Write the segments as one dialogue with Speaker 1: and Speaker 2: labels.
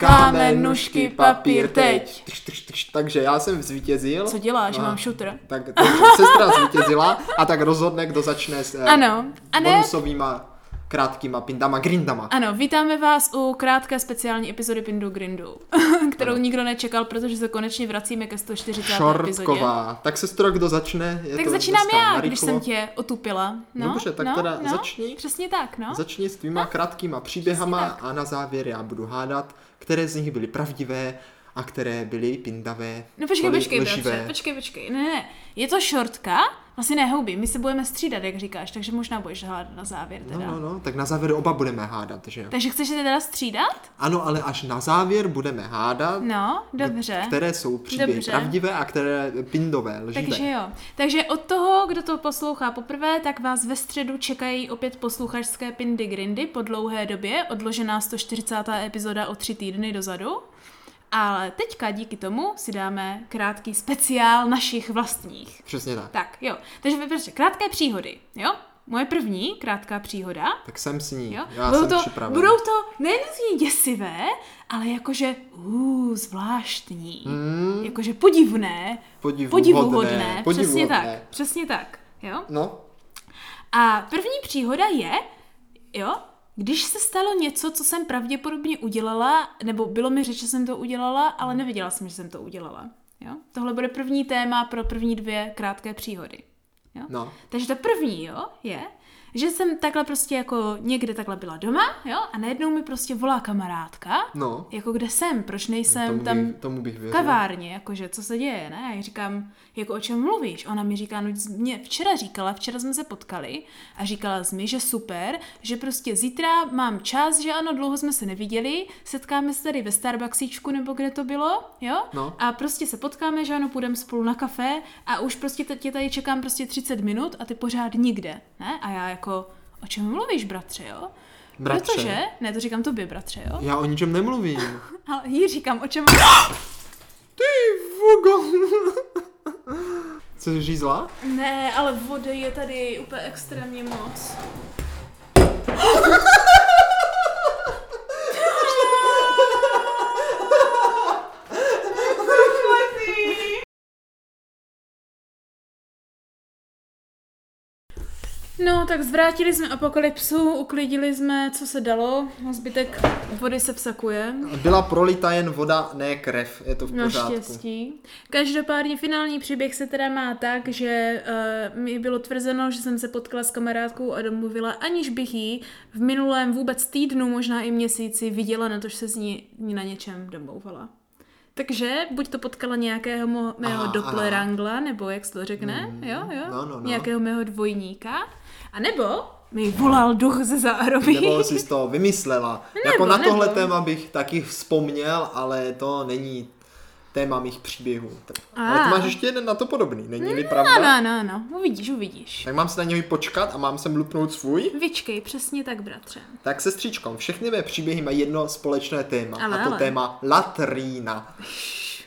Speaker 1: Kamene, nůžky, papír, teď.
Speaker 2: Tš, tš, tš, takže já jsem zvítězil.
Speaker 1: Co děláš?
Speaker 2: Aha.
Speaker 1: Mám šutr.
Speaker 2: Tak takže sestra zvítězila a tak rozhodne, kdo začne s eh,
Speaker 1: Ano. A ne,
Speaker 2: bonusovýma krátkýma pindama, grindama.
Speaker 1: ano, vítáme vás u krátké speciální epizody Pindu Grindu, kterou nikdo nečekal, protože se konečně vracíme ke 140. epizodě.
Speaker 2: Šortková. Tak sestro, kdo začne? Je
Speaker 1: Tak
Speaker 2: to
Speaker 1: začínám
Speaker 2: dneska
Speaker 1: já,
Speaker 2: narychlo.
Speaker 1: když jsem tě otupila. No,
Speaker 2: Dobře, tak
Speaker 1: no,
Speaker 2: teda
Speaker 1: no,
Speaker 2: začni.
Speaker 1: Přesně tak, no.
Speaker 2: Začni s tvýma krátkýma příběhama a na závěr já budu hádat, které z nich byly pravdivé a které byly pindavé.
Speaker 1: No počkej,
Speaker 2: lži-
Speaker 1: počkej,
Speaker 2: lživé.
Speaker 1: bratře, počkej, počkej, ne, ne, je to šortka, vlastně ne houby, my se budeme střídat, jak říkáš, takže možná budeš hledat na závěr teda.
Speaker 2: No, no, no, tak na závěr oba budeme hádat, že jo?
Speaker 1: Takže chceš se teda střídat?
Speaker 2: Ano, ale až na závěr budeme hádat,
Speaker 1: No, dobře.
Speaker 2: které jsou příběhy
Speaker 1: Dobře.
Speaker 2: pravdivé a které pindové, lživé.
Speaker 1: Takže jo. Takže od toho, kdo to poslouchá poprvé, tak vás ve středu čekají opět posluchačské Pindy Grindy po dlouhé době, odložená 140. epizoda o tři týdny dozadu. Ale teďka díky tomu si dáme krátký speciál našich vlastních.
Speaker 2: Přesně tak. tak.
Speaker 1: Tak, jo. Takže protože krátké příhody, jo? Moje první krátká příhoda.
Speaker 2: Tak jsem s ní.
Speaker 1: Jo?
Speaker 2: Já
Speaker 1: budou,
Speaker 2: jsem
Speaker 1: to,
Speaker 2: připraven.
Speaker 1: budou to nenutně děsivé, ale jakože uh, zvláštní.
Speaker 2: Hmm,
Speaker 1: Jakože podivné,
Speaker 2: podivuhodné.
Speaker 1: podivuhodné. Přesně
Speaker 2: podivuhodné.
Speaker 1: tak, přesně tak. Jo?
Speaker 2: No,
Speaker 1: A první příhoda je, jo, když se stalo něco, co jsem pravděpodobně udělala, nebo bylo mi řeč, že jsem to udělala, ale nevěděla jsem, že jsem to udělala. Jo? Tohle bude první téma pro první dvě krátké příhody. Jo?
Speaker 2: no.
Speaker 1: Takže ta první, jo, je, že jsem takhle prostě jako někde takhle byla doma, jo, a najednou mi prostě volá kamarádka,
Speaker 2: No,
Speaker 1: jako kde jsem, proč nejsem
Speaker 2: tomu,
Speaker 1: tam
Speaker 2: bych, tomu bych
Speaker 1: v
Speaker 2: věřil.
Speaker 1: kavárně, jakože, co se děje, ne? A já říkám, jako o čem mluvíš? Ona mi říká, no jsi mě včera říkala, včera jsme se potkali a říkala jsi mi, že super, že prostě zítra mám čas, že ano, dlouho jsme se neviděli, setkáme se tady ve Starbucksíčku nebo kde to bylo, jo?
Speaker 2: No.
Speaker 1: A prostě se potkáme, že ano, půjdeme spolu na kafe a už prostě te- tě tady čekám prostě 30 minut a ty pořád nikde, ne? A já jako, o čem mluvíš, bratře, jo?
Speaker 2: Bratře.
Speaker 1: Protože, ne, to říkám tobě, bratře, jo?
Speaker 2: Já o ničem nemluvím.
Speaker 1: Ale jí říkám, o čem...
Speaker 2: Ty vogo. Chceš řízla?
Speaker 1: Ne, ale vody je tady úplně extrémně moc. No, tak zvrátili jsme apokalypsu, uklidili jsme, co se dalo, zbytek vody se vsakuje.
Speaker 2: Byla prolita jen voda, ne krev. Je to v pořádku.
Speaker 1: Naštěstí. Každopádně finální příběh se teda má tak, že uh, mi bylo tvrzeno, že jsem se potkala s kamarádkou a domluvila, aniž bych jí v minulém vůbec týdnu, možná i měsíci viděla, na to, že se z ní ní na něčem domlouvala. Takže buď to potkala nějakého mo- mého
Speaker 2: Aha,
Speaker 1: dopplerangla, nebo jak se to řekne, jo, jo,
Speaker 2: no, no, no.
Speaker 1: nějakého mého dvojníka, a nebo mi volal duch ze zároveň.
Speaker 2: Nebo jsi z toho vymyslela. Nebo, jako na
Speaker 1: nebo.
Speaker 2: tohle téma bych taky vzpomněl, ale to není téma mých příběhů. Tak- Ale
Speaker 1: A.
Speaker 2: ty máš ještě jeden na to podobný, není-li
Speaker 1: Ah. No,
Speaker 2: pravda?
Speaker 1: no, no, no, uvidíš, uvidíš.
Speaker 2: Tak mám se na něj počkat a mám sem lupnout svůj?
Speaker 1: Vyčkej, přesně tak, bratře.
Speaker 2: Tak sestřičko, všechny mé příběhy mají jedno společné téma.
Speaker 1: Ale,
Speaker 2: a to
Speaker 1: ale.
Speaker 2: téma latrína.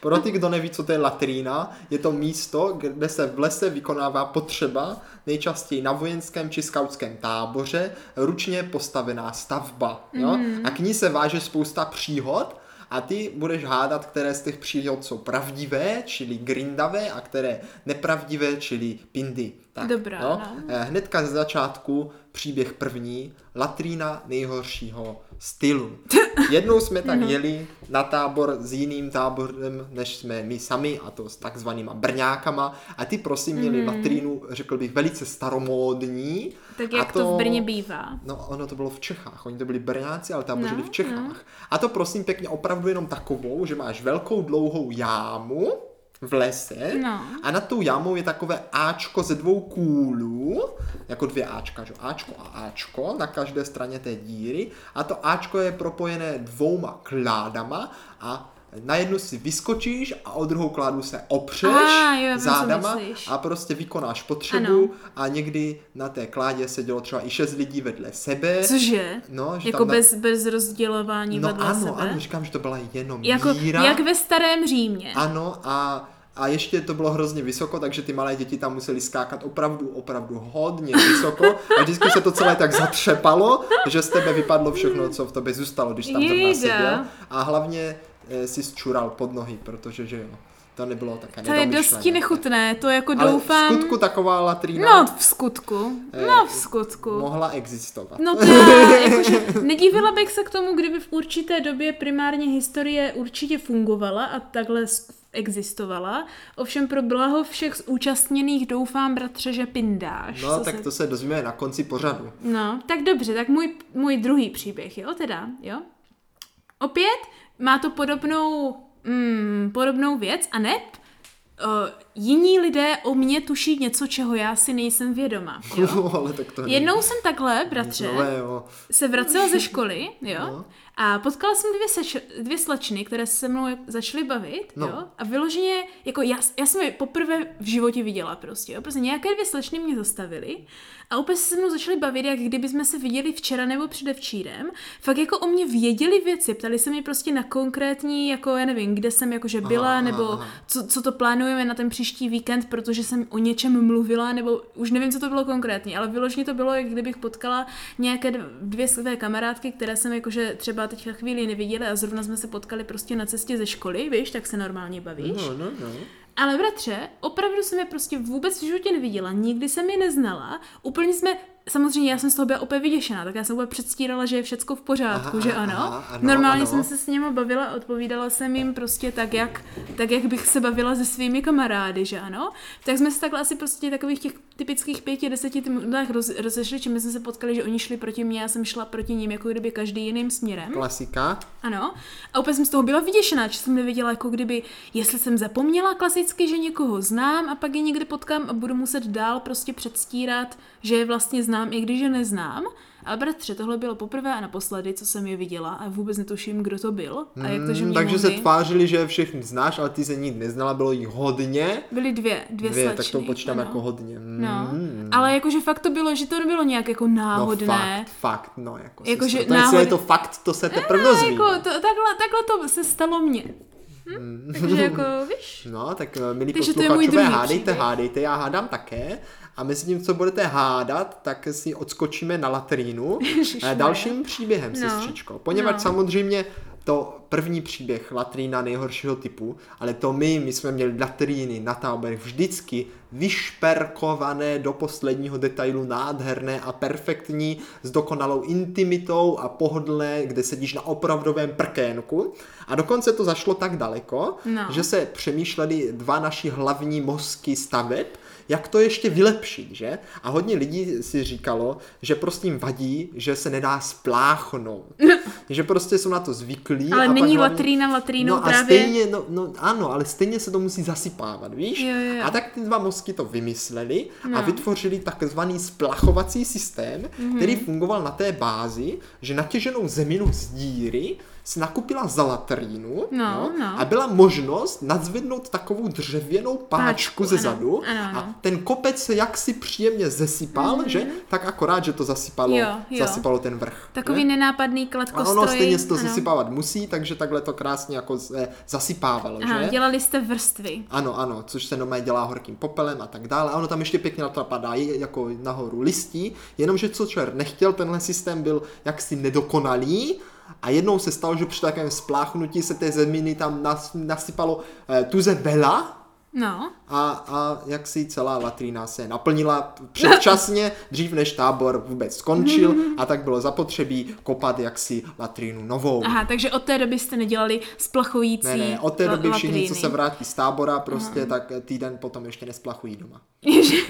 Speaker 2: Pro ty, kdo neví, co to je latrína, je to místo, kde se v lese vykonává potřeba, nejčastěji na vojenském či skautském táboře, ručně postavená stavba. Jo?
Speaker 1: Mhm.
Speaker 2: A k ní se váže spousta příhod a ty budeš hádat, které z těch příhod jsou pravdivé, čili grindavé, a které nepravdivé, čili pindy. Tak,
Speaker 1: Dobrá,
Speaker 2: jo?
Speaker 1: no.
Speaker 2: Eh, Hnedka ze začátku příběh první, latrína nejhoršího stylu. Jednou jsme
Speaker 1: Mhm.
Speaker 2: tak jeli na tábor s jiným táborem, než jsme my sami, a to s takzvanýma brňákama. A ty prosím
Speaker 1: Mhm.
Speaker 2: měli latrínu, řekl bych, velice staromódní.
Speaker 1: Tak
Speaker 2: A
Speaker 1: jak to... to v Brně bývá.
Speaker 2: No, ono to bylo v Čechách. Oni to byli Brňáci, ale tam
Speaker 1: No,
Speaker 2: žili v Čechách. A to prosím pěkně opravdu jenom takovou, že máš velkou dlouhou jámu v lese
Speaker 1: No.
Speaker 2: a nad tou jámou je takové Ačko ze dvou kůlů, jako dvě Ačka, že? Ačko a Ačko na každé straně té díry a to Ačko je propojené dvouma kládama a na jednu si vyskočíš a o druhou kládu se opřeš
Speaker 1: Ah, jo, já vím, co
Speaker 2: zádama
Speaker 1: myslíš.
Speaker 2: a prostě vykonáš potřebu
Speaker 1: Ano.
Speaker 2: a někdy na té kládě sedělo třeba i šest lidí vedle sebe.
Speaker 1: Cože?
Speaker 2: No, že
Speaker 1: Jako
Speaker 2: tam na-
Speaker 1: bez, bez rozdělování
Speaker 2: No
Speaker 1: vedle
Speaker 2: ano,
Speaker 1: sebe?
Speaker 2: ano, říkám, že to byla jenom
Speaker 1: jako,
Speaker 2: míra.
Speaker 1: jak ve starém Římě.
Speaker 2: Ano a, a ještě to bylo hrozně vysoko, takže ty malé děti tam museli skákat opravdu, opravdu hodně vysoko a vždycky se to celé tak zatřepalo, že z tebe vypadlo všechno, co v tobě zůstalo, když tam zrovna
Speaker 1: Jejda.
Speaker 2: seděl. A hlavně eh, si zčural pod nohy, protože že jo, to nebylo také
Speaker 1: To je dosti
Speaker 2: nedomyšlené.
Speaker 1: nechutné, to jako
Speaker 2: Ale
Speaker 1: doufám...
Speaker 2: v skutku Eh, taková latrína
Speaker 1: No, v skutku. No, v skutku.
Speaker 2: mohla existovat.
Speaker 1: No to já, jakože nedívila bych se k tomu, kdyby v určité době primárně historie určitě fungovala a takhle s- existovala. Ovšem pro blaho všech zúčastněných doufám, bratře, že pindáš.
Speaker 2: No,
Speaker 1: co
Speaker 2: tak
Speaker 1: se-
Speaker 2: to se dozvíme na konci pořadu.
Speaker 1: No, tak dobře, tak můj, můj druhý příběh, jo, teda, jo. Opět má to podobnou, mm, podobnou věc, a ne? Uh, jiní lidé o mně tuší něco, čeho já si nejsem vědoma. Jo?
Speaker 2: ale tak to není
Speaker 1: Jednou jsem takhle,
Speaker 2: nic
Speaker 1: bratře,
Speaker 2: nového.
Speaker 1: se vracela ze školy, jo,
Speaker 2: No.
Speaker 1: no. a potkala jsem dvě, seč, dvě slečny, které se se mnou jak- začaly bavit,
Speaker 2: No.
Speaker 1: no. jo, a vyloženě, jako já, já jsem je poprvé v životě viděla prostě, jo, prostě nějaké dvě slečny mě zastavily a úplně se se mnou začaly bavit, jak kdyby jsme se viděli včera nebo předevčírem, fakt jako o mě věděli věci, ptali se mě prostě na konkrétní, jako já nevím, kde jsem jakože byla,
Speaker 2: aha,
Speaker 1: aha, nebo
Speaker 2: aha.
Speaker 1: aha co, co to plánujeme na ten příští víkend, protože jsem o něčem mluvila, nebo už nevím, co to bylo konkrétně, ale vyložně to bylo, jak kdybych potkala nějaké dv- dvě své kamarádky, které jsem jakože třeba teďka chvíli neviděla a zrovna jsme se potkali prostě na cestě ze školy, víš, tak se normálně bavíš.
Speaker 2: No, no, no.
Speaker 1: Ale bratře, opravdu jsem je prostě vůbec v životě neviděla, nikdy jsem je neznala, úplně jsme Samozřejmě já jsem z toho byla úplně vyděšená, tak já jsem úplně předstírala, že je všecko v pořádku,
Speaker 2: Aha,
Speaker 1: že
Speaker 2: aha,
Speaker 1: ano.
Speaker 2: ano,
Speaker 1: Normálně
Speaker 2: ano.
Speaker 1: jsem se s nimi bavila, odpovídala jsem jim prostě tak jak, tak, jak bych se bavila se svými kamarády, že ano. Tak jsme se takhle asi prostě takových těch typických pěti, deseti minutách roz, rozešli, čím jsme se potkali, že oni šli proti mně, já jsem šla proti ním jako kdyby každý jiným směrem.
Speaker 2: Klasika.
Speaker 1: Ano. A úplně jsem z toho byla vyděšená, že jsem nevěděla, jako kdyby, jestli jsem zapomněla klasicky, že někoho znám a pak je někde potkám a budu muset dál prostě předstírat, že je vlastně znám, i když je neznám. Ale bratře, tohle bylo poprvé a naposledy, co jsem je viděla a vůbec netuším, kdo to byl. A jak to, že
Speaker 2: Mm,
Speaker 1: mě
Speaker 2: takže se
Speaker 1: mohli...
Speaker 2: tvářili, že je všechny znáš, ale ty se nic neznala, bylo jich hodně.
Speaker 1: Byly dvě, dvě,
Speaker 2: Dvě,
Speaker 1: slečny.
Speaker 2: tak to počítám
Speaker 1: ano.
Speaker 2: jako hodně. Mm.
Speaker 1: No, ale jakože fakt to bylo, že to nebylo nějak jako
Speaker 2: No
Speaker 1: náhodné.
Speaker 2: fakt, fakt, no jako,
Speaker 1: Jako,
Speaker 2: sestro,
Speaker 1: že
Speaker 2: to, jestli
Speaker 1: náhody-
Speaker 2: je to No, fakt, to se teprve dozví.
Speaker 1: Jako, to, takhle, takhle to se stalo mně.
Speaker 2: Hmm.
Speaker 1: Hm? Takže jako, víš,
Speaker 2: No, tak eh, milí
Speaker 1: Takže to je můj
Speaker 2: posluchačové,
Speaker 1: druhý
Speaker 2: hádejte,
Speaker 1: příběh.
Speaker 2: hádejte, já hádám také. A mezi tím, co budete hádat, tak si odskočíme na latrínu eh,
Speaker 1: Ježišmarja.
Speaker 2: dalším příběhem,
Speaker 1: No.
Speaker 2: sestřičko. Poněvadž
Speaker 1: No.
Speaker 2: samozřejmě to první příběh latrína nejhoršího typu, ale to my, my jsme měli latríny na táborech vždycky vyšperkované do posledního detailu, nádherné a perfektní, s dokonalou intimitou a pohodlné, kde sedíš na opravdovém prkénku. A dokonce to zašlo tak daleko,
Speaker 1: No.
Speaker 2: že se přemýšleli dva naši hlavní mozky staveb, jak to ještě vylepšit, že? A hodně lidí si říkalo, že prostě jim vadí, že se nedá spláchnout. že prostě jsou na to zvyklí.
Speaker 1: ale
Speaker 2: a
Speaker 1: není
Speaker 2: hlavně-
Speaker 1: latrína latrínou
Speaker 2: no
Speaker 1: právě.
Speaker 2: A stejně, no, no, ano, ale stejně se to musí zasypávat, víš?
Speaker 1: Jo, jo, jo.
Speaker 2: A tak ty dva mozky to vymysleli no. a
Speaker 1: No. Mhm.
Speaker 2: vytvořili takzvaný splachovací systém, mm-hmm. který fungoval na té bázi, že natěženou zeminu z díry si nakupila za latrínu
Speaker 1: No, no.
Speaker 2: a byla možnost nadzvednout takovou dřevěnou páčku
Speaker 1: Páčku,
Speaker 2: ze
Speaker 1: ano,
Speaker 2: zadu
Speaker 1: ano, ano. Mhm.
Speaker 2: a ten kopec se jaksi příjemně zesypal, mm-hmm. že? Tak akorát, že to zasypalo,
Speaker 1: Jo, jo.
Speaker 2: zasypalo ten vrch.
Speaker 1: Takový
Speaker 2: že?
Speaker 1: nenápadný
Speaker 2: A
Speaker 1: kladkostroj.
Speaker 2: ono stejně se to
Speaker 1: ano.
Speaker 2: zasypávat musí, takže takhle to krásně jako se zasypávalo,
Speaker 1: Aha,
Speaker 2: že?
Speaker 1: dělali jste vrstvy.
Speaker 2: Ano, ano, což se normálně dělá horkým popelem a tak dále. A ono tam ještě pěkně napadá je- jako nahoru listí, jenomže co čer nechtěl, tenhle systém byl jaksi nedokonalý a jednou se stalo, že při takovém spláchnutí se té zeminy tam nas, nasypalo eh, tuze vela,
Speaker 1: No,
Speaker 2: a, a jak si celá latrína se naplnila předčasně, dřív než tábor vůbec skončil a tak bylo zapotřebí kopat jaksi latrínu novou.
Speaker 1: aha, takže od té doby jste nedělali splachující
Speaker 2: Ne, ne, od té
Speaker 1: la-
Speaker 2: doby všichni, co se
Speaker 1: latríny.
Speaker 2: vrátí z tábora, prostě tak týden potom ještě nesplachují doma.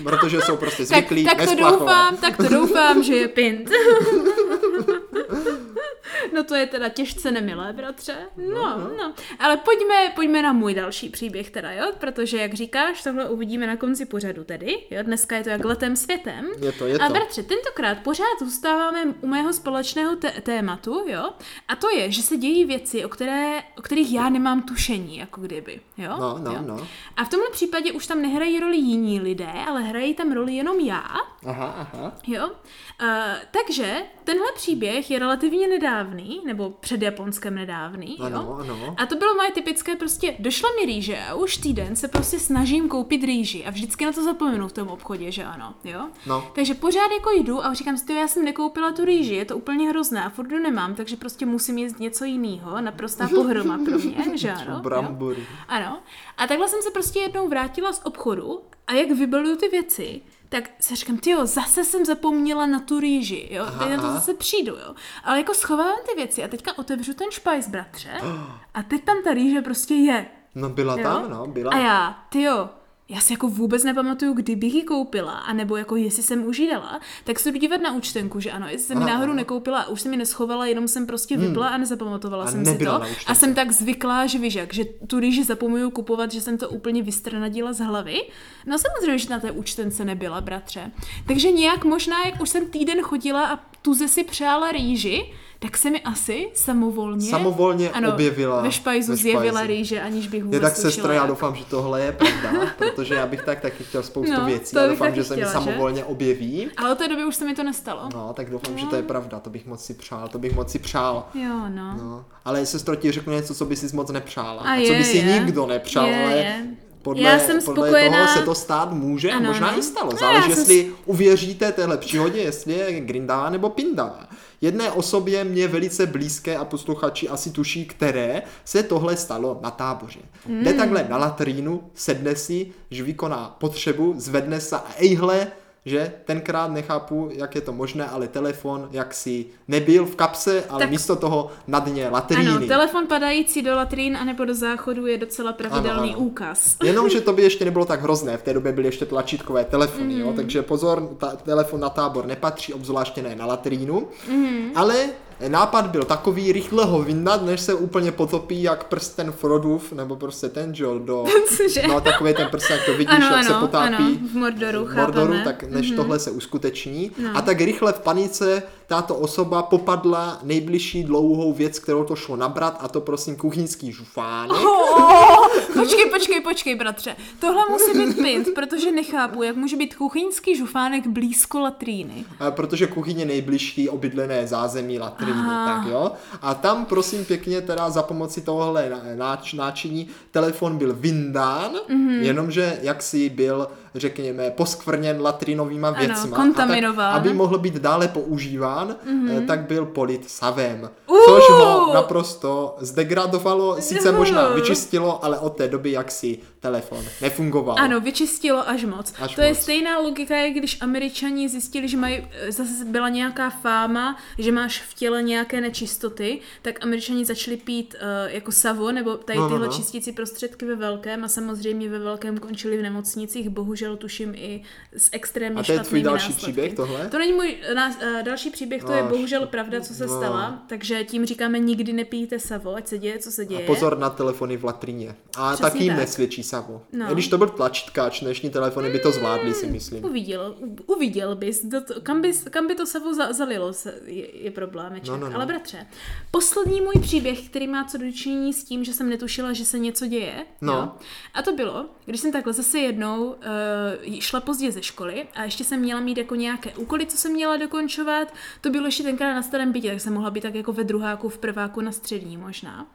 Speaker 2: Protože jsou prostě
Speaker 1: tak,
Speaker 2: zvyklí
Speaker 1: tak to
Speaker 2: nesplachovat.
Speaker 1: doufám, tak to doufám, že je pint. No to je teda těžce nemilé, bratře. No, no. Ale pojďme, pojďme na můj další příběh teda, jo? Protože, jak říkáš, tohle uvidíme na konci pořadu tedy, jo? Dneska je to jak letem světem.
Speaker 2: Je to, je
Speaker 1: A
Speaker 2: to.
Speaker 1: bratře, tentokrát pořád zůstáváme u mého společného té- tématu, jo? A to je, že se dějí věci, o, které, o kterých já nemám tušení, jako kdyby, jo?
Speaker 2: No, no,
Speaker 1: jo?
Speaker 2: no.
Speaker 1: A v tomhle případě už tam nehrají roli jiní lidé, ale hrají tam roli jenom já, Eh,
Speaker 2: Aha, aha.
Speaker 1: Jo? Uh, takže tenhle příběh je relativně nedávný, nedávný, nebo před Japonskem nedávný, jo?
Speaker 2: Ano, ano.
Speaker 1: A to bylo moje typické, prostě došla mi rýže a už týden se prostě snažím koupit rýži a vždycky na to zapomenu v tom obchodě, že ano, jo?
Speaker 2: No.
Speaker 1: Takže pořád jako jdu a říkám si, "Tyjo, já jsem nekoupila tu rýži, je to úplně hrozné a furt ji nemám, takže prostě musím jíst něco jiného, naprostá pohroma pro mě, že ano? jo?
Speaker 2: Brambory.
Speaker 1: Ano. A takhle jsem se prostě jednou vrátila z obchodu a jak vybaluju ty věci, tak se říkám, ty jo, zase jsem zapomněla na tu rýži, jo,
Speaker 2: Aha,
Speaker 1: teď na to
Speaker 2: aha.
Speaker 1: zase přijdu, jo. Ale jako schovávám ty věci a teďka otevřu ten špajs, bratře, a teď tam ta rýže prostě je.
Speaker 2: No byla
Speaker 1: Jo?
Speaker 2: tam, no, byla.
Speaker 1: A já, ty jo, já si jako vůbec nepamatuju, kdy bych ji koupila, anebo jako jestli jsem už ji dala, tak se jdu dívat na účtenku, že ano, jestli jsem ji
Speaker 2: Ano,
Speaker 1: náhodou
Speaker 2: ano.
Speaker 1: nekoupila, už jsem ji neschovala, jenom jsem prostě vypla a nezapamatovala
Speaker 2: Hmm. A
Speaker 1: jsem si
Speaker 2: nebyla
Speaker 1: to.
Speaker 2: na
Speaker 1: A
Speaker 2: účtenku.
Speaker 1: jsem tak zvyklá, že víš jak, že tu rýži zapomínu kupovat, že jsem to úplně vystrnadila z hlavy. No samozřejmě, že na té účtence nebyla, bratře. Takže nějak možná, jak už jsem týden chodila a tuze si přála rýži, tak se mi asi samovolně,
Speaker 2: Samovolně
Speaker 1: ano,
Speaker 2: objevila
Speaker 1: ve špajzu
Speaker 2: ve
Speaker 1: zjevila
Speaker 2: špajzi.
Speaker 1: rýže, aniž bych
Speaker 2: Je
Speaker 1: vůbec
Speaker 2: tak
Speaker 1: tušila,
Speaker 2: sestra, já
Speaker 1: jak.
Speaker 2: doufám, že tohle je pravda, protože já bych tak taky chtěl spoustu
Speaker 1: jako- No,
Speaker 2: věcí.
Speaker 1: to
Speaker 2: Já
Speaker 1: bych
Speaker 2: doufám,
Speaker 1: taky
Speaker 2: že se mi
Speaker 1: chtěla, že?
Speaker 2: samovolně objeví.
Speaker 1: Ale od té doby už se mi to nestalo.
Speaker 2: No, tak doufám, že to je pravda, to bych moc si přál, to bych moc si přál.
Speaker 1: Jo, no.
Speaker 2: No, ale sestro ti řeknu něco, co by si moc nepřála.
Speaker 1: A
Speaker 2: A, co
Speaker 1: je,
Speaker 2: by si
Speaker 1: je.
Speaker 2: nikdo nepřál,
Speaker 1: Je,
Speaker 2: ale
Speaker 1: je.
Speaker 2: podle,
Speaker 1: Já jsem
Speaker 2: podle
Speaker 1: spokojená.
Speaker 2: toho se to stát může,
Speaker 1: Ano,
Speaker 2: ano, možná
Speaker 1: no.
Speaker 2: i stalo.
Speaker 1: No,
Speaker 2: Záleží,
Speaker 1: já jsem
Speaker 2: jestli uvěříte téhle příhodě, jestli je grindá nebo pindá. Jedné osobě mě velice blízké a posluchači asi tuší, které se tohle stalo na táboře. Mm. Jde takhle na latrínu, sedne si, že vykoná potřebu, zvedne se a ejhle, že tenkrát nechápu, jak je to možné, ale telefon jaksi nebyl v kapse, ale
Speaker 1: Tak-
Speaker 2: tak... místo toho na dně latríny.
Speaker 1: Ano, telefon padající do latrín anebo do záchodu je docela pravidelný
Speaker 2: Ano, ano.
Speaker 1: úkaz.
Speaker 2: Jenomže to by ještě nebylo tak hrozné, v té době byly ještě tlačítkové telefony, mm. jo, takže pozor, ta, telefon na tábor nepatří, obzvláště ne na latrínu, mm.
Speaker 1: Mm-hmm.
Speaker 2: ale nápad byl takový, rychle ho vyndat, než se úplně potopí, jak prsten Frodův, nebo prostě ten, že jo, do...
Speaker 1: Cože?
Speaker 2: No takový ten prsten, jak to vidíš,
Speaker 1: Ano,
Speaker 2: jak se
Speaker 1: ano,
Speaker 2: potápí
Speaker 1: ano, v Mordoru,
Speaker 2: v Mordoru
Speaker 1: chápeme.
Speaker 2: tak než mm-hmm. tohle se uskuteční. No. A tak rychle v panice tato osoba popadla nejbližší dlouhou věc, kterou to šlo nabrat, a to prosím kuchyňský žufánek.
Speaker 1: Oh, počkej, počkej, počkej, bratře. Tohle musí být pint, protože nechápu, jak může být kuchyňský žufánek blízko latríny.
Speaker 2: A Eh, protože kuchyně nejbližší obydlené zázemí latríny,
Speaker 1: Ah.
Speaker 2: tak jo. A tam prosím pěkně teda za pomoci tohohle na- náč, náčiní telefon byl vyndán,
Speaker 1: Mhm.
Speaker 2: mm-hmm. jenomže jaksi byl, řekněme, poskvrněn latrinovýma věcma.
Speaker 1: kontaminován. Mhm.
Speaker 2: A tak, aby mohl být dále používán, mm-hmm. tak byl polit savem.
Speaker 1: Uh!
Speaker 2: Což ho naprosto zdegradovalo, sice možná vyčistilo, ale od té doby jaksi telefon nefungoval.
Speaker 1: Ano, vyčistilo až moc.
Speaker 2: Až
Speaker 1: to je
Speaker 2: moc.
Speaker 1: stejná logika, jak když američani zjistili, že mají, eh, zase byla nějaká fáma, že máš v těle nějaké nečistoty, tak američani začali pít uh, jako savo, nebo tady
Speaker 2: No,
Speaker 1: tyhle
Speaker 2: no,
Speaker 1: no,
Speaker 2: no.
Speaker 1: čistící prostředky ve velkém a samozřejmě ve velkém končili v nemocnicích, bohužel tuším i s extrémně
Speaker 2: A to je tvůj
Speaker 1: špatnými
Speaker 2: další
Speaker 1: následky.
Speaker 2: příběh, tohle?
Speaker 1: To není můj nás, uh, další příběh, to je
Speaker 2: No,
Speaker 1: bohužel
Speaker 2: št-
Speaker 1: pravda, co se
Speaker 2: no.
Speaker 1: stala, takže tím říkáme nikdy nepijte savo, ať se děje, co se děje.
Speaker 2: A pozor na telefony v latrině. A
Speaker 1: Přesně
Speaker 2: Přesně taky jim
Speaker 1: tak.
Speaker 2: nesvědčí samo.
Speaker 1: No. Mm.
Speaker 2: No. Když to byl tlačítkáč, dnešní telefony by to zvládly, si myslím.
Speaker 1: Uviděl, uviděl bys, do to, kam, bys, kam by to sebou za, zalilo, se, je, je problémeček. No, no, no. Ale bratře, poslední můj příběh, který má co dočinění s tím, že jsem netušila, že se něco děje.
Speaker 2: No.
Speaker 1: Jo? A to bylo, když jsem takhle zase jednou uh, šla pozdě ze školy a ještě jsem měla mít jako nějaké úkoly, co jsem měla dokončovat. To bylo ještě tenkrát na starém bytě, tak jsem mohla být tak jako ve druháku, v prváku, na střední možná.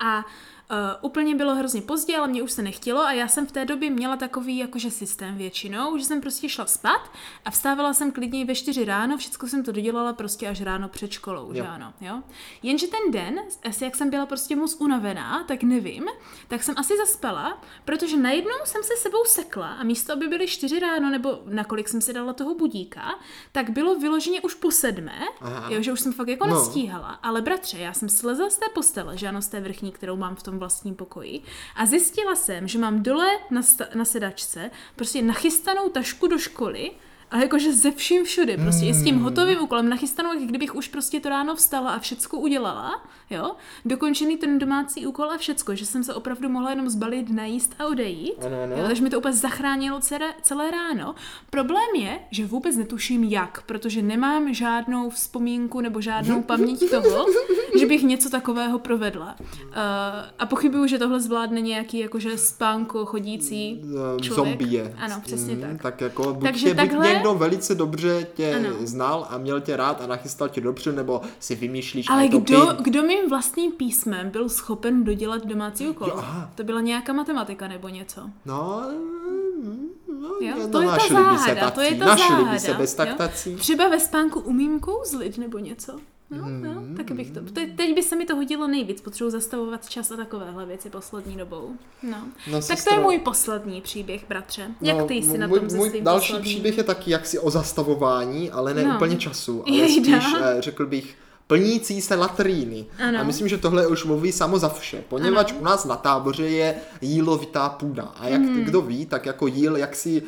Speaker 1: A uh, úplně bylo hrozně pozdě, ale mě už se nechtělo a já jsem v té době měla takový jakože systém většinou, že jsem prostě šla spát a vstávala jsem klidně i ve čtyři ráno, všechno jsem to dodělala prostě až ráno před školou, že
Speaker 2: Jo.
Speaker 1: ano, jo. Jenže ten den, asi jak jsem byla prostě moc unavená, tak nevím, tak jsem asi zaspala, protože najednou jsem se sebou sekla a místo, aby byly čtyři ráno, nebo nakolik jsem si dala toho budíka, tak bylo vyloženě už po sedmé,
Speaker 2: Aha.
Speaker 1: jo, že už jsem fakt jako
Speaker 2: No.
Speaker 1: nestíhala nestíhala, ale bratře, já jsem slezla z té postele, že ano, z té vrchní, kterou mám v tom vlastním pokoji, a zjistila jsem, že mám dole na, sta- na sedačce prostě nachystanou tašku do školy, ale jakože ze vším všude, prostě i s
Speaker 2: Hmm.
Speaker 1: tím hotovým úkolem, nachystanou, jak kdybych už prostě to ráno vstala a všecko udělala, jo, dokončený ten domácí úkol a všecko, že jsem se opravdu mohla jenom zbalit, najíst a odejít,
Speaker 2: Ano, ano.
Speaker 1: Jo, takže mi to úplně zachránilo celé, celé ráno. Problém je, že vůbec netuším jak, protože nemám žádnou vzpomínku nebo žádnou paměť toho, že bych něco takového provedla. Uh, a pochybuju, že tohle zvládne nějaký jakože spánko chodící
Speaker 2: Ehm,
Speaker 1: člověk.
Speaker 2: Zombie.
Speaker 1: Ano, přesně
Speaker 2: Mm,
Speaker 1: tak.
Speaker 2: Tak jako buďte,
Speaker 1: Takže
Speaker 2: buď
Speaker 1: takhle,
Speaker 2: někdo velice dobře tě
Speaker 1: Ano.
Speaker 2: ano. znal a měl tě rád a nachystal tě dobře, nebo si vymýšlíš
Speaker 1: Ale
Speaker 2: a je to
Speaker 1: kdo,
Speaker 2: pin.
Speaker 1: kdo mým vlastním písmem byl schopen dodělat domácí úkol?
Speaker 2: Jo, aha.
Speaker 1: To byla nějaká matematika nebo něco.
Speaker 2: No, mm, no,
Speaker 1: Jo,
Speaker 2: no,
Speaker 1: to je ta
Speaker 2: našli by se
Speaker 1: záhada, to je
Speaker 2: takcí,
Speaker 1: ta
Speaker 2: našli
Speaker 1: záhada,
Speaker 2: by se bez
Speaker 1: jo.
Speaker 2: taktací.
Speaker 1: Třeba ve spánku umím kouzlit nebo něco. No,
Speaker 2: Hmm.
Speaker 1: no, taky bych to. Te, teď by se mi to hodilo nejvíc, potřebuji zastavovat čas a takovéhle věci poslední dobou. No.
Speaker 2: No,
Speaker 1: tak to je
Speaker 2: sestro.
Speaker 1: můj poslední příběh, bratře. Jak ty jsi na
Speaker 2: No, můj,
Speaker 1: tom se
Speaker 2: můj
Speaker 1: svým
Speaker 2: další
Speaker 1: posledním?
Speaker 2: příběh je taky jaksi o zastavování, ale ne
Speaker 1: No.
Speaker 2: no. úplně času, ale
Speaker 1: Jejda.
Speaker 2: spíš eh, řekl bych plnící se latríny.
Speaker 1: Ano.
Speaker 2: A myslím, že tohle už mluví samo za vše, poněvadž u nás na táboře je jílovitá půda. A jak
Speaker 1: Mhm.
Speaker 2: mm. kdo ví, tak jako jíl jaksi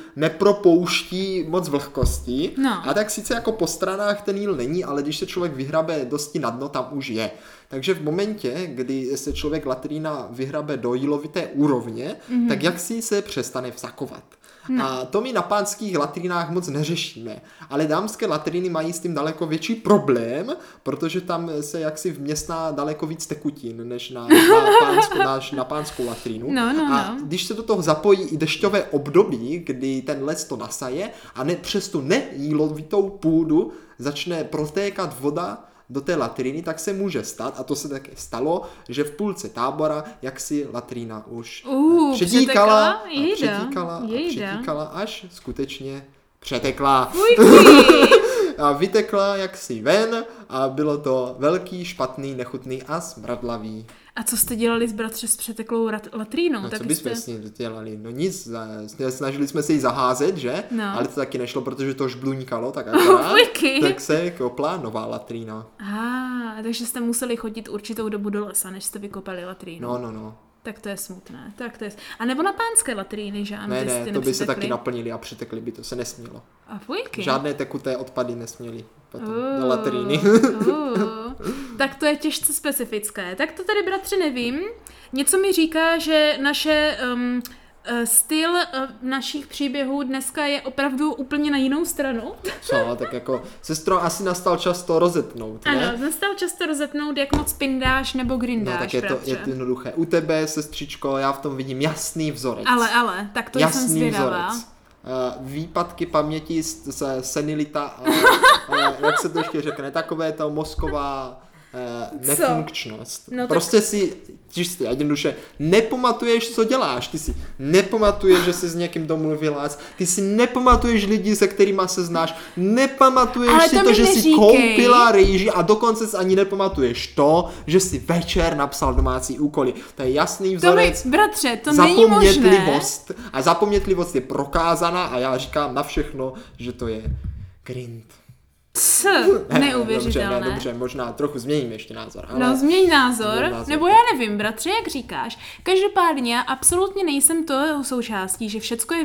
Speaker 2: nepropouští moc vlhkosti.
Speaker 1: No.
Speaker 2: A tak sice jako po stranách ten jíl není, ale když se člověk vyhrabe dosti na dno, tam už je. Takže v momentě, kdy se člověk latrína vyhrabe do jílovité úrovně,
Speaker 1: Mhm.
Speaker 2: mm-hmm. tak jak si se přestane vsakovat. No. A to my na pánských latrínách moc neřešíme, ale dámské latríny mají s tím daleko větší problém, protože tam se jaksi vměstná daleko víc tekutin, než na, na, pánskou, na, na pánskou latrínu.
Speaker 1: No, no,
Speaker 2: a
Speaker 1: no.
Speaker 2: když se do toho zapojí i dešťové období, kdy ten les to nasaje a ne, přes tu nejílovitou půdu začne protékat voda do té latriny, tak se může stát, a to se také stalo, že v půlce tábora jaksi latrina už
Speaker 1: Uh,
Speaker 2: předíkala, a
Speaker 1: přetekla? Jejda,
Speaker 2: předíkala, a
Speaker 1: jejda.
Speaker 2: předíkala, až skutečně přetekla.
Speaker 1: Ujky.
Speaker 2: A vytekla jaksi ven a bylo to velký, špatný, nechutný a smradlavý.
Speaker 1: A co jste dělali s bratře s přeteklou rat- latrínou?
Speaker 2: No,
Speaker 1: Tak
Speaker 2: co bychom s ní dělali? No nic, eh, snažili jsme se ji zaházet, že?
Speaker 1: No.
Speaker 2: Ale to taky nešlo, protože to žbluňkalo, tak akorát.
Speaker 1: Fujky.
Speaker 2: tak se kopla nová latrína.
Speaker 1: Ah, takže jste museli chodit určitou dobu do lesa, než jste vykopali latrínu.
Speaker 2: No, no, no.
Speaker 1: Tak to je smutné. Tak to je... A nebo na pánské latríny, že ano?
Speaker 2: Ne,
Speaker 1: ty jste
Speaker 2: ne, to by se
Speaker 1: nepřitekli?
Speaker 2: taky naplnili a přitekli by to, se nesmělo.
Speaker 1: A fujky.
Speaker 2: Žádné tekuté odpady nesměly potom
Speaker 1: Uh,
Speaker 2: do latríny.
Speaker 1: uh. tak to je těžce specifické. Tak to tady, bratře, nevím. Něco mi říká, že naše um, eh, styl eh, našich příběhů dneska je opravdu úplně na jinou stranu.
Speaker 2: Co, tak jako, sestro, asi nastal čas to rozetnout, ne?
Speaker 1: Ano, nastal často rozetnout, jak moc pindáš nebo
Speaker 2: No,
Speaker 1: grindáš,
Speaker 2: tak je to,
Speaker 1: bratře.
Speaker 2: je to jednoduché. U tebe, sestřičko, já v tom vidím jasný vzorec.
Speaker 1: Ale, ale, tak to jsem
Speaker 2: jasný
Speaker 1: zvědavá.
Speaker 2: vzorec. Eh, Výpadky paměti, s- se senilita, a, a, jak se to ještě řekne, takové to mozková eh, nefunkčnost.
Speaker 1: No tak-
Speaker 2: prostě si čistě a jednoduše nepamatuješ, co děláš. Ty si nepamatuješ, že jsi s někým domluvila, ty si nepamatuješ lidi, se kterými se znáš, nepamatuješ
Speaker 1: Ale
Speaker 2: si
Speaker 1: to
Speaker 2: to,
Speaker 1: mi
Speaker 2: že jsi
Speaker 1: neříkej.
Speaker 2: koupila rejži a dokonce si ani nepamatuješ to, že jsi večer napsal domácí úkoly. To je jasný
Speaker 1: To mi,
Speaker 2: vzorec
Speaker 1: bratře, to není možné.
Speaker 2: zapomnětlivost. A zapomnětlivost je prokázaná a já říkám na všechno, že to je grind.
Speaker 1: Cs,
Speaker 2: Ne,
Speaker 1: neuvěřitelné.
Speaker 2: Dobře, ne, dobře, možná trochu změním ještě názor. Ale...
Speaker 1: No, změň názor,
Speaker 2: Změň názor.
Speaker 1: nebo já nevím, bratře, jak říkáš. Každopádně já absolutně nejsem toho součástí, že všecko je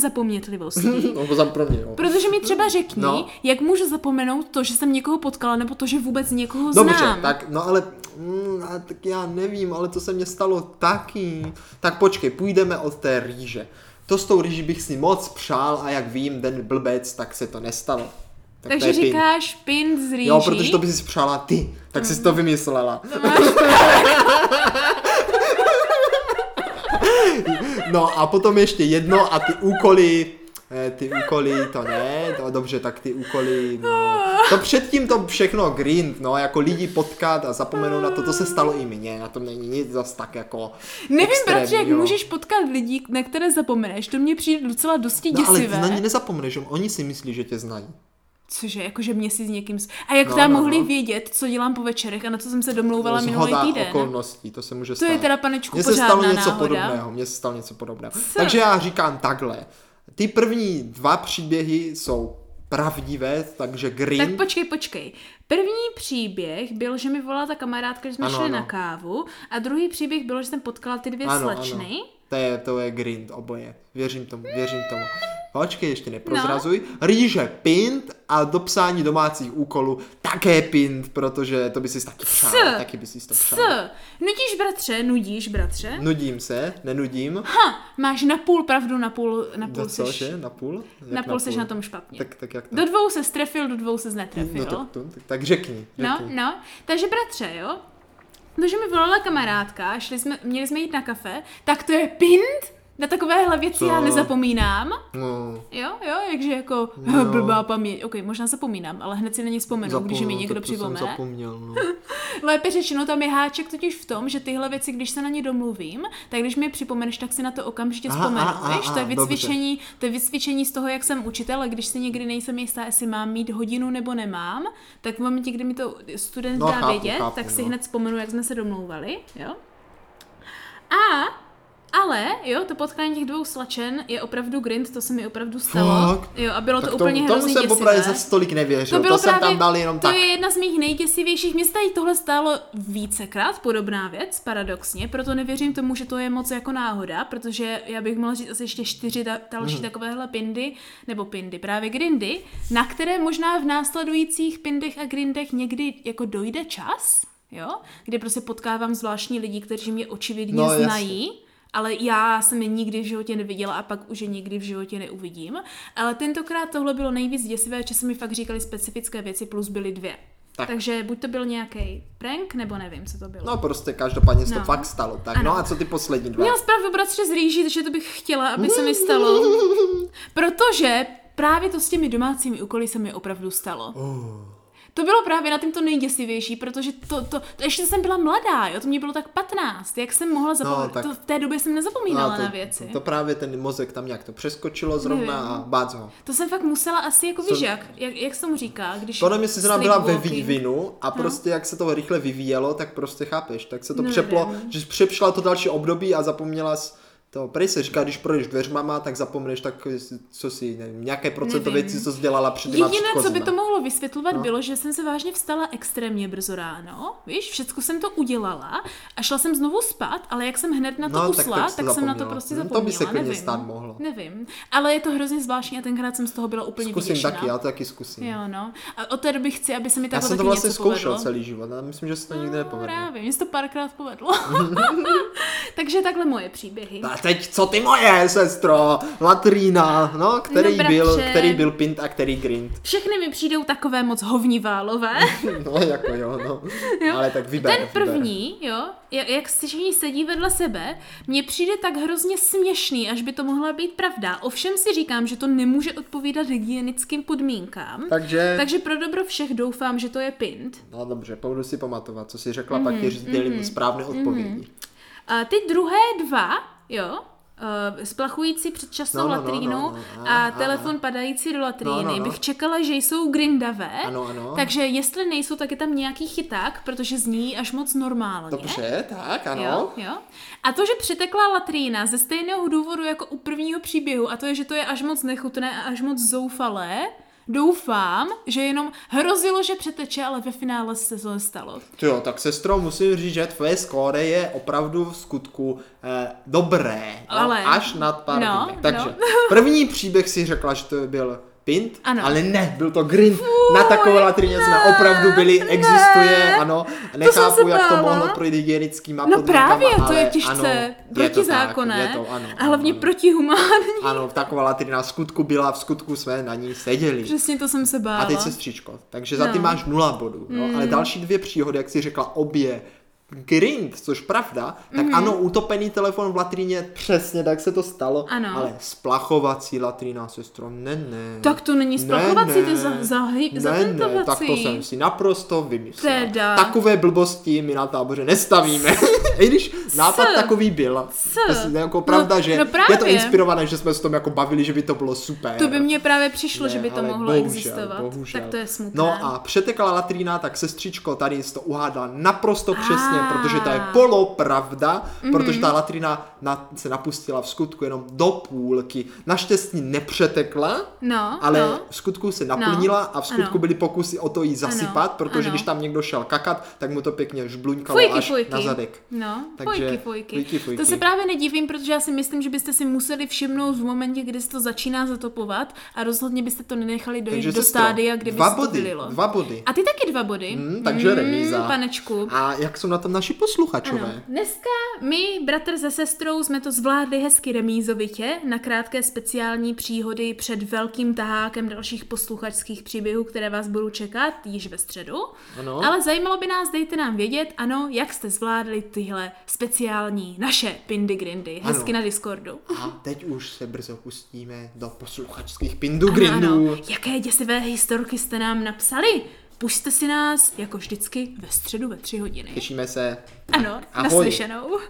Speaker 1: zapomnětlivostí.
Speaker 2: No, to tam pro mě, jo.
Speaker 1: Protože mi třeba řekni, no.
Speaker 2: No.
Speaker 1: jak můžu zapomenout to, že jsem někoho potkala, nebo to, že vůbec někoho
Speaker 2: Dobře,
Speaker 1: znám.
Speaker 2: tak, no ale, mm, a tak já nevím, ale to se mně stalo taky. Tak počkej, půjdeme od té rýže. To s tou rýží bych si moc přál a jak vím, den blbec, tak se to nestalo. Tak to
Speaker 1: Takže
Speaker 2: je pin.
Speaker 1: říkáš pint z rýží.
Speaker 2: Jo, protože to by si přála ty, tak jsi
Speaker 1: Mhm.
Speaker 2: to vymyslela. No a potom ještě jedno a ty úkoly, eh, ty úkoly, to ne, to dobře, tak ty úkoly, no. To předtím to všechno grind, no, jako lidi potkat a zapomenout na to, to se stalo i mně, na tom není nic zas tak jako
Speaker 1: Nevím, bratře, jak
Speaker 2: extrémního.
Speaker 1: můžeš potkat lidí, na které zapomeneš. To mně přijde docela dosti
Speaker 2: No ale ty
Speaker 1: děsivé.
Speaker 2: na ně nezapomeneš, že oni si myslí, že tě znají.
Speaker 1: Cože, jakože mě si s někým... s- A jak no,
Speaker 2: No,
Speaker 1: tam
Speaker 2: no,
Speaker 1: mohli
Speaker 2: no.
Speaker 1: vědět, co dělám po večerech a na co jsem se domlouvala minulý
Speaker 2: Zhoda
Speaker 1: týden.
Speaker 2: okolností, to se může
Speaker 1: To
Speaker 2: stát.
Speaker 1: je teda, panečku,
Speaker 2: Mně se
Speaker 1: pořádná
Speaker 2: stalo něco
Speaker 1: náhoda.
Speaker 2: podobného, mně se stalo něco podobného. Takže já říkám takhle. Ty první dva příběhy jsou pravdivé, takže
Speaker 1: Tak
Speaker 2: Green.
Speaker 1: počkej, počkej. První příběh byl, že mi volala ta kamarádka, že jsme ano,
Speaker 2: Ano,
Speaker 1: šli ano.
Speaker 2: ano.
Speaker 1: na kávu a druhý příběh bylo, že jsem potkala ty dvě ano, slečny. Ano.
Speaker 2: To je, to je Green, oboje. Věřím tomu, věřím tomu. Počkej, ještě neprozrazuj. No. Rýže pint a dopsání domácích úkolů také pint, protože to by si taky přál.
Speaker 1: Cs.
Speaker 2: Taky by si to
Speaker 1: Co?
Speaker 2: přál.
Speaker 1: Nudíš, bratře? Nudíš, bratře?
Speaker 2: Nudím se, nenudím.
Speaker 1: Ha, máš na půl pravdu, na půl, na
Speaker 2: Do
Speaker 1: půl
Speaker 2: co,
Speaker 1: seš,
Speaker 2: že? Na půl? Jak
Speaker 1: na půl seš na tom špatně.
Speaker 2: Tak, tak jak to?
Speaker 1: Do dvou se strefil, do dvou se netrefil.
Speaker 2: No, tak, to- tak, tak řekni.
Speaker 1: No,
Speaker 2: řekni.
Speaker 1: no. Takže bratře, jo? No, To, že mi volala kamarádka, šli jsme, měli jsme jít na kafe, tak to je pint? Na takovéhle věci
Speaker 2: To-
Speaker 1: já nezapomínám.
Speaker 2: No,
Speaker 1: Jo, jo, takže jako
Speaker 2: Jo.
Speaker 1: no. blbá paměť. Ok, možná zapomínám, ale hned si na ně vzpomenu, když mi
Speaker 2: zapomněl,
Speaker 1: někdo
Speaker 2: tak to jsem
Speaker 1: připomene.
Speaker 2: zapomněl, no.
Speaker 1: Lépe řečeno, tam je háček totiž v tom, že tyhle věci, když se na ně domluvím, tak když mi je připomeneš, tak si na to okamžitě
Speaker 2: Aha,
Speaker 1: vzpomenu.
Speaker 2: aha,
Speaker 1: víš,
Speaker 2: aha,
Speaker 1: to je
Speaker 2: dobře.
Speaker 1: vycvičení, to je vycvičení z toho, jak jsem učitel, a když si někdy nejsem jistá, jestli mám mít hodinu nebo nemám, tak v momentě, kdy mi to student
Speaker 2: No,
Speaker 1: dá
Speaker 2: chápu,
Speaker 1: vědět,
Speaker 2: chápu,
Speaker 1: tak si
Speaker 2: no.
Speaker 1: hned vzpomenu, jak jsme se domlouvali, jo. A ale, jo, to potkání těch dvou slačen je opravdu grind, to se mi opravdu stalo.
Speaker 2: Fakt?
Speaker 1: Jo, a bylo
Speaker 2: Tak
Speaker 1: to úplně
Speaker 2: tomu
Speaker 1: hrozně
Speaker 2: jsem popravdě
Speaker 1: děsivé.
Speaker 2: za stolik nevěřil, to,
Speaker 1: To bylo
Speaker 2: jsem
Speaker 1: právě-
Speaker 2: tam dal jenom
Speaker 1: To
Speaker 2: tak.
Speaker 1: je jedna z mých nejděsivějších. Mě se tady tohle stálo vícekrát, podobná věc, paradoxně, proto nevěřím tomu, že to je moc jako náhoda, protože já bych mohla říct asi ještě čtyři ta, další
Speaker 2: Hmm.
Speaker 1: takovéhle pindy, nebo pindy, právě grindy, na které možná v následujících pindech a grindech někdy jako dojde čas, jo? Kdy prostě potkávám zvláštní lidi, kteří mě očividně
Speaker 2: No, jasně.
Speaker 1: znají, ale já jsem je nikdy v životě neviděla a pak už je nikdy v životě neuvidím. Ale tentokrát tohle bylo nejvíc děsivé, že se mi fakt říkali specifické věci, plus byly dvě.
Speaker 2: Tak.
Speaker 1: Tak. Takže buď to byl nějaký prank, nebo nevím, co to bylo.
Speaker 2: No prostě každopádně se to
Speaker 1: No.
Speaker 2: fakt stalo, tak
Speaker 1: Ano.
Speaker 2: no a co ty poslední dva?
Speaker 1: Měla zpravdu bratře z rýží, že to bych chtěla, aby se mi stalo. Protože právě to s těmi domácími úkoly se mi opravdu stalo.
Speaker 2: Oh.
Speaker 1: To bylo právě na tím to nejděsivější, protože to, to, to ještě jsem byla mladá, jo, to mě bylo tak 15, jak jsem mohla zapomínat,
Speaker 2: No, tak-
Speaker 1: to v té době jsem nezapomínala
Speaker 2: No, to,
Speaker 1: na věci.
Speaker 2: To právě ten mozek tam nějak to přeskočilo zrovna
Speaker 1: Nevím.
Speaker 2: a bác ho.
Speaker 1: To jsem fakt musela asi, jako víš jak, jak, jak se tomu říká, když...
Speaker 2: Podle mě si zrovna byla ve
Speaker 1: sleepwalking.
Speaker 2: vývinu a prostě jak se to rychle vyvíjelo, tak prostě chápeš, tak se to
Speaker 1: No. Nevím.
Speaker 2: přeplo, že jsi přepšla to další období a zapomněla jsi to prý se říká, když projdeš dveřmama, tak zapomeneš tak, co si, nevím, nějaké procento
Speaker 1: Nevím.
Speaker 2: věcí, co jsi dělala před těma
Speaker 1: Jediné, co by
Speaker 2: předchozíma.
Speaker 1: to mohlo vysvětlovat, no. bylo, že jsem se vážně vstala extrémně brzo ráno, víš, všecko jsem to udělala a šla jsem znovu spát, ale jak jsem hned na to
Speaker 2: No, tak to
Speaker 1: usla, tak,
Speaker 2: jsi
Speaker 1: jsem na to
Speaker 2: zapomněla.
Speaker 1: prostě
Speaker 2: Hm, to by
Speaker 1: zapomněla.
Speaker 2: se klidně
Speaker 1: nevím.
Speaker 2: stát mohlo.
Speaker 1: Nevím, ale je to hrozně zvláštní a tenkrát jsem z toho byla úplně
Speaker 2: Zkusím
Speaker 1: vyděšená.
Speaker 2: taky, já to taky zkusím.
Speaker 1: Jo, no. A od té doby chci, aby se mi
Speaker 2: Já
Speaker 1: takhle
Speaker 2: jsem to
Speaker 1: taky
Speaker 2: vlastně
Speaker 1: něco
Speaker 2: zkoušel
Speaker 1: povedlo. No,
Speaker 2: celý život a myslím, že se to nikdy nepovedlo.
Speaker 1: Právě, mně se to párkrát povedlo. Takže takhle moje příběhy.
Speaker 2: A teď co ty moje, sestro, latrína, no, který,
Speaker 1: No,
Speaker 2: byl,
Speaker 1: bratře.
Speaker 2: který byl pint a který grind.
Speaker 1: Všechny mi přijdou takové moc hovní válové.
Speaker 2: No, jako jo, no. Ale tak vyber,
Speaker 1: Ten
Speaker 2: Vyber.
Speaker 1: první, jo, jak, jak si všichni sedí vedle sebe, mně přijde tak hrozně směšný, až by to mohla být pravda. Ovšem si říkám, že to nemůže odpovídat hygienickým podmínkám.
Speaker 2: Takže, tak...
Speaker 1: Takže pro dobro všech doufám, že to je pint.
Speaker 2: no dobře, budu si pamatovat, co jsi řekla, mm-hmm, pak
Speaker 1: Mhm,
Speaker 2: ti sdělím mm-hmm, správné odpovědi.
Speaker 1: A ty druhé dva, jo, uh, splachující
Speaker 2: No,
Speaker 1: předčasnou no,
Speaker 2: no,
Speaker 1: no,
Speaker 2: no,
Speaker 1: latrínu
Speaker 2: no, no,
Speaker 1: no,
Speaker 2: no,
Speaker 1: no, a
Speaker 2: ano,
Speaker 1: telefon padající do latríny,
Speaker 2: No,
Speaker 1: no,
Speaker 2: no,
Speaker 1: no,
Speaker 2: no.
Speaker 1: bych čekala, že jsou grindavé.
Speaker 2: Ano, ano.
Speaker 1: Takže jestli nejsou, tak je tam nějaký chyták, protože zní až moc normálně.
Speaker 2: Dobře, tak, ano.
Speaker 1: Jo, jo. A to, že přitekla latrína ze stejného důvodu jako u prvního příběhu, a to je, že to je až moc nechutné a až moc zoufalé, doufám, že jenom hrozilo, že přeteče, ale ve finále se to nestalo.
Speaker 2: Ty Jo, tak sestro, musím říct, že tvoje skóre je opravdu v skutku eh, dobré. No,
Speaker 1: Ale-
Speaker 2: Až nad pár
Speaker 1: no,
Speaker 2: no, Takže první příběh si řekla, že to byl pint,
Speaker 1: Ano.
Speaker 2: ale ne, byl to grin. Na takové latrině jsme opravdu byli, existuje, ano. Nechápu,
Speaker 1: jsem se
Speaker 2: jak to
Speaker 1: bála.
Speaker 2: mohlo projít hygienickýma
Speaker 1: No
Speaker 2: podmínkama,
Speaker 1: právě, to
Speaker 2: ale
Speaker 1: je
Speaker 2: ano,
Speaker 1: těžce
Speaker 2: je to
Speaker 1: protizákonné
Speaker 2: tak, je to, ano,
Speaker 1: a hlavně
Speaker 2: ano,
Speaker 1: protihumánní.
Speaker 2: ano, ano, taková latrina v skutku byla, v skutku jsme na ní seděli.
Speaker 1: Přesně to jsem se bála.
Speaker 2: A teď sestřičko, takže za ty
Speaker 1: No.
Speaker 2: máš nula bodů, no, ale další dvě příhody, jak jsi řekla, obě grind, což pravda, tak
Speaker 1: Hmm.
Speaker 2: ano, utopený telefon v latrině, přesně tak se to stalo,
Speaker 1: Ano.
Speaker 2: ale splachovací latrina, sestro, ne, ne.
Speaker 1: Tak to není splachovací, to je za- za-
Speaker 2: ne, ne,
Speaker 1: zatentovací.
Speaker 2: tak to jsem si naprosto vymyslel.
Speaker 1: Teda.
Speaker 2: Takové blbosti my na táboře nestavíme. I když nápad
Speaker 1: S.
Speaker 2: takový byl.
Speaker 1: S.
Speaker 2: Prostě Jako pravda,
Speaker 1: No,
Speaker 2: že
Speaker 1: no
Speaker 2: je to
Speaker 1: právě.
Speaker 2: inspirované, že jsme se tom jako bavili, že by to bylo super.
Speaker 1: To by mně právě přišlo,
Speaker 2: Ne,
Speaker 1: že by to
Speaker 2: ale
Speaker 1: mohlo
Speaker 2: bohužel,
Speaker 1: existovat.
Speaker 2: Bohužel.
Speaker 1: Tak to je smutné.
Speaker 2: No a přetekla latrína, tak sestřičko tady jsi to uhádla naprosto přesně,
Speaker 1: Ah.
Speaker 2: protože ta je polopravda,
Speaker 1: Mhm.
Speaker 2: protože ta latrína na, se napustila v skutku jenom do půlky. Naštěstí nepřetekla,
Speaker 1: no,
Speaker 2: ale
Speaker 1: no.
Speaker 2: v skutku se naplnila a v skutku
Speaker 1: ano.
Speaker 2: byly pokusy o to jí zasypat,
Speaker 1: Ano,
Speaker 2: protože
Speaker 1: ano.
Speaker 2: když tam někdo šel kakat, tak mu to pěkně žbluňkalo
Speaker 1: Fujky,
Speaker 2: až
Speaker 1: fujky.
Speaker 2: na zadek.
Speaker 1: No,
Speaker 2: Takže
Speaker 1: Takže fujky, fujky.
Speaker 2: fujky, fujky.
Speaker 1: To se právě nedivím, protože já si myslím, že byste si museli všimnout v momentě, kdy se to začíná zatopovat a rozhodně byste to nenechali dojít
Speaker 2: Takže
Speaker 1: do
Speaker 2: sestro,
Speaker 1: stádia, kdyby
Speaker 2: dva
Speaker 1: se to
Speaker 2: body,
Speaker 1: vylilo.
Speaker 2: dva body.
Speaker 1: A ty taky dva body.
Speaker 2: Hmm, takže remíza.
Speaker 1: Panečku.
Speaker 2: A jak jsou na tom naši posluchačové?
Speaker 1: Ano. No, Dneska my, bratr se sestrou, jsme to zvládli hezky remízovitě na krátké speciální příhody před velkým tahákem dalších posluchačských příběhů, které vás budou čekat již ve středu.
Speaker 2: Ano.
Speaker 1: Ale zajímalo by nás, dejte nám vědět, ano, jak jste zvládli tyhle speciální, naše Pindy Grindy,
Speaker 2: Ano.
Speaker 1: hezky na Discordu.
Speaker 2: A teď už se brzo pustíme do posluchačských pindugrindů.
Speaker 1: Jaké děsivé historky jste nám napsali? Pusťte si nás, jako vždycky, ve středu ve tři hodiny.
Speaker 2: Těšíme se.
Speaker 1: Ano,
Speaker 2: Ahoj.
Speaker 1: naslyšenou.